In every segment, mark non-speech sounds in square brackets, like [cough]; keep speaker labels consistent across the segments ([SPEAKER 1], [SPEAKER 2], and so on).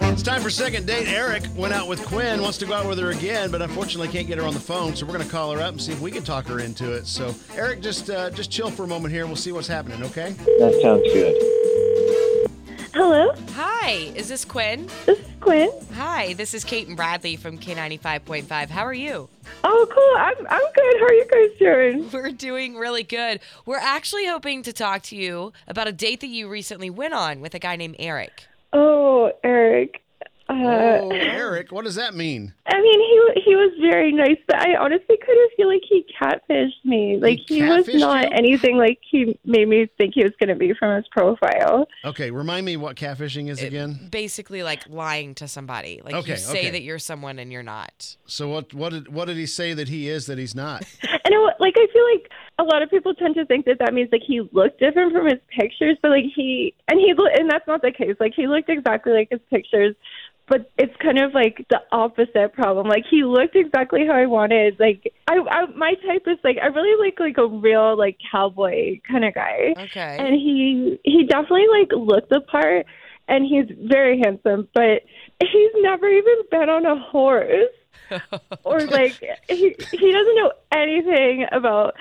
[SPEAKER 1] It's time for second date. Eric went out with Quinn, wants to go out with her again, but unfortunately can't get her on the phone. So we're going to call her up and see if we can talk her into it. So Eric, just uh, just chill for a moment here. We'll see what's happening. Okay?
[SPEAKER 2] That sounds good.
[SPEAKER 3] Hello,
[SPEAKER 4] Hi, is this Quinn?
[SPEAKER 3] this is Quinn.
[SPEAKER 4] Hi, this is Kate and Bradley from K95.5. How are you?
[SPEAKER 3] Oh, cool. I'm I'm good. How are you guys doing?
[SPEAKER 4] [laughs] We're doing really good. We're actually hoping to talk to you about a date that you recently went on with a guy named Eric.
[SPEAKER 3] Oh, Eric. Uh,
[SPEAKER 1] oh, Eric, what does that mean?
[SPEAKER 3] I mean, he he was very nice, but I honestly kind of feel like he catfished me. Like he, was
[SPEAKER 1] catfished
[SPEAKER 3] not
[SPEAKER 1] you?
[SPEAKER 3] anything like he made me think he was going to be from his profile.
[SPEAKER 1] Okay, remind me what catfishing is again.
[SPEAKER 4] Basically, like lying to somebody. Like
[SPEAKER 1] Okay,
[SPEAKER 4] you say
[SPEAKER 1] okay.
[SPEAKER 4] that you're someone and you're not.
[SPEAKER 1] So what what did what did he say that he is that he's not?
[SPEAKER 3] And it, wa- like I feel like a lot of people tend to think that that means like he looked different from his pictures, but like he and he lo- and that's not the case. Like he looked exactly like his pictures, but it's kind of like the opposite problem. Like he looked exactly how I wanted. Like I, I my type is like I really like like a real like cowboy kind of guy.
[SPEAKER 4] Okay.
[SPEAKER 3] And he he definitely like looked the part and he's very handsome, but he's never even been on a horse or like he he doesn't know anything about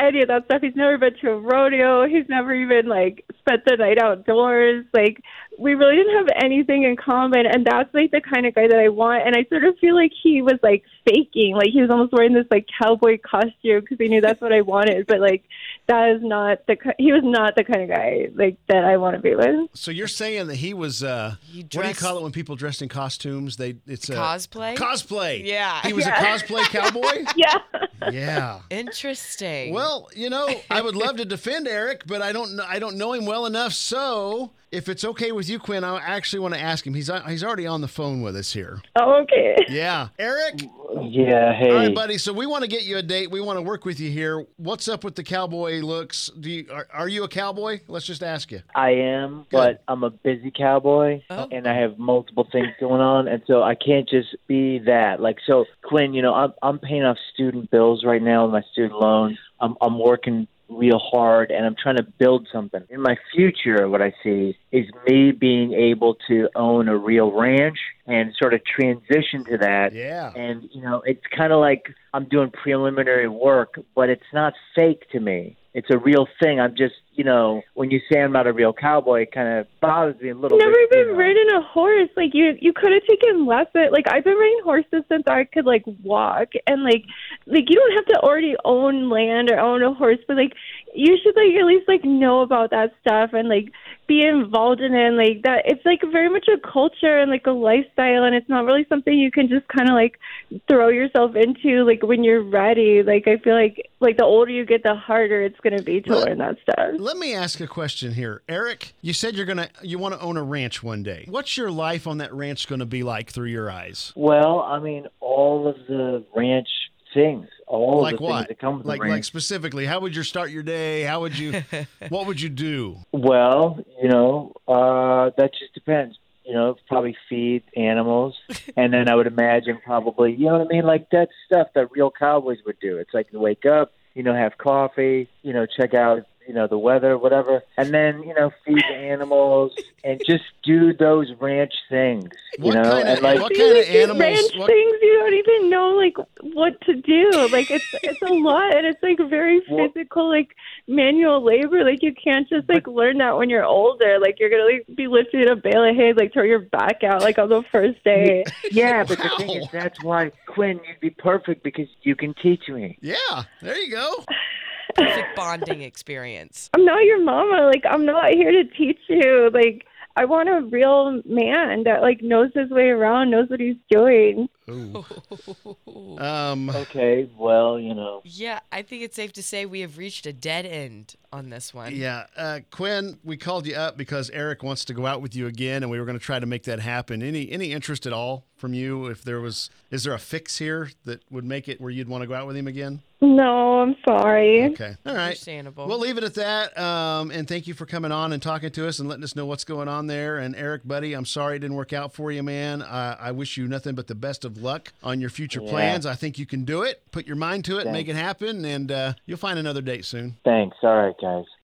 [SPEAKER 3] any of that stuff. He's never been to a rodeo. He's never even like spent the night outdoors. Like we really didn't have anything in common, and that's like the kind of guy that I want. And I sort of feel like he was like faking, like he was almost wearing this like cowboy costume because he knew that's what I wanted. But like that is not the ki- he was not the kind of guy like that I want to be with.
[SPEAKER 1] So you're saying that he was uh
[SPEAKER 4] He
[SPEAKER 1] what do you
[SPEAKER 4] dressed-
[SPEAKER 1] call it when people dressed in costumes? They
[SPEAKER 4] Uh,
[SPEAKER 1] it's a
[SPEAKER 4] Cosplay?
[SPEAKER 1] Cosplay.
[SPEAKER 4] Yeah.
[SPEAKER 1] He was a cosplay cowboy?
[SPEAKER 3] Yeah.
[SPEAKER 1] yeah.
[SPEAKER 4] Interesting.
[SPEAKER 1] Well, you know, I would love to defend Eric, but I don't know I don't know him well enough. So, if it's okay with you, Quinn, I actually want to ask him. He's uh, he's already on the phone with us here.
[SPEAKER 3] [laughs] Oh, okay.
[SPEAKER 1] Yeah, Eric.
[SPEAKER 2] Yeah, hey.
[SPEAKER 1] All right, buddy. So we want to get you a date. We want to work with you here. What's up with the cowboy looks? Do you are, are you a cowboy? Let's just ask you.
[SPEAKER 2] I am, but I'm a busy cowboy
[SPEAKER 4] Oh.
[SPEAKER 2] and I have multiple things going on and so I can't just be that. Like so Quinn, you know, I'm I'm paying off student bills right now, my student loan. I'm I'm working real hard and I'm trying to build something. In my future what I see is me being able to own a real ranch and sort of transition to that.
[SPEAKER 1] Yeah.
[SPEAKER 2] And you know, it's kind of like I'm doing preliminary work, but it's not fake to me. It's a real thing. I'm just, you know, when you say I'm not a real cowboy, it kind of bothers me a little
[SPEAKER 3] never
[SPEAKER 2] bit. you
[SPEAKER 3] even
[SPEAKER 2] know.
[SPEAKER 3] ridden a horse. Like you, you could have taken lessons. Like I've been riding horses since I could like walk, and like, like you don't have to already own land or own a horse, but like you should like at least like know about that stuff and like be involved in it. And, like that, it's like very much a culture and like a lifestyle, and it's not really something you can just kind of like throw yourself into like when you're ready. Like I feel like like the older you get, the harder it's gonna be to learn that stuff.
[SPEAKER 1] Let me ask a question here, Eric. You said you're gonna you want to own a ranch one day. What's your life on that ranch going to be like through your eyes?
[SPEAKER 2] Well, I mean, all of the ranch things, all
[SPEAKER 1] like
[SPEAKER 2] of the
[SPEAKER 1] what?
[SPEAKER 2] things that come with
[SPEAKER 1] like
[SPEAKER 2] the
[SPEAKER 1] like
[SPEAKER 2] ranch.
[SPEAKER 1] specifically, how would you start your day? How would you?
[SPEAKER 2] [laughs]
[SPEAKER 1] what would you do?
[SPEAKER 2] well, you know, uh, that just depends. You know, probably feed animals, and then I would imagine probably, you know what I mean, like that stuff that real cowboys would do. It's like you wake up, you know, have coffee, you know, check out, you know, the weather, whatever, and then you know, feed the animals and just do those ranch things. You
[SPEAKER 1] What
[SPEAKER 2] know,
[SPEAKER 1] kind of-
[SPEAKER 2] and like
[SPEAKER 1] what
[SPEAKER 3] These
[SPEAKER 1] kinda
[SPEAKER 3] are just
[SPEAKER 1] animals-
[SPEAKER 3] Ranch
[SPEAKER 1] what-
[SPEAKER 3] things you don't even know like what to do. Like it's it's a lot, and it's like very
[SPEAKER 2] Well-
[SPEAKER 3] physical, like manual labor. Like you can't just like learn that when you're older. Like you're gonna like be lifting a bale of hay, like throw your back out, like on the
[SPEAKER 1] [laughs]
[SPEAKER 3] first day.
[SPEAKER 2] Yeah, but the thing
[SPEAKER 1] Wow.
[SPEAKER 2] is, that's why Quinn, you'd be perfect because you can teach me.
[SPEAKER 1] Yeah, there you
[SPEAKER 2] [laughs]
[SPEAKER 1] go.
[SPEAKER 4] perfect bonding experience.
[SPEAKER 3] I'm not your mama. Like I'm not here to teach you. Like I want a real man that like knows his way around, knows what he's doing.
[SPEAKER 1] Ooh. Um,
[SPEAKER 2] Oh, Okay, well, you know,
[SPEAKER 4] Yeah, I think it's safe to say we have reached a dead end on this one.
[SPEAKER 1] Yeah, uh, Quinn, we called you up because Eric wants to go out with you again, and we were going to try to make that happen. Any any interest at all from you? If there was, is there a fix here that would make it where you'd want to go out with him again?
[SPEAKER 3] No, I'm sorry.
[SPEAKER 1] Okay, all right.
[SPEAKER 4] Understandable.
[SPEAKER 1] We'll leave it at that. Um, and thank you for coming on and talking to us and letting us know what's going on there. And Eric, buddy, I'm sorry it didn't work out for you, man. I, I wish you nothing but the best of luck on your future
[SPEAKER 2] Yeah.
[SPEAKER 1] plans. I think you can do it. Put your mind to it, and make
[SPEAKER 2] Thanks.
[SPEAKER 1] it happen, and uh, you'll find another date soon.
[SPEAKER 2] thanks. All right, guys.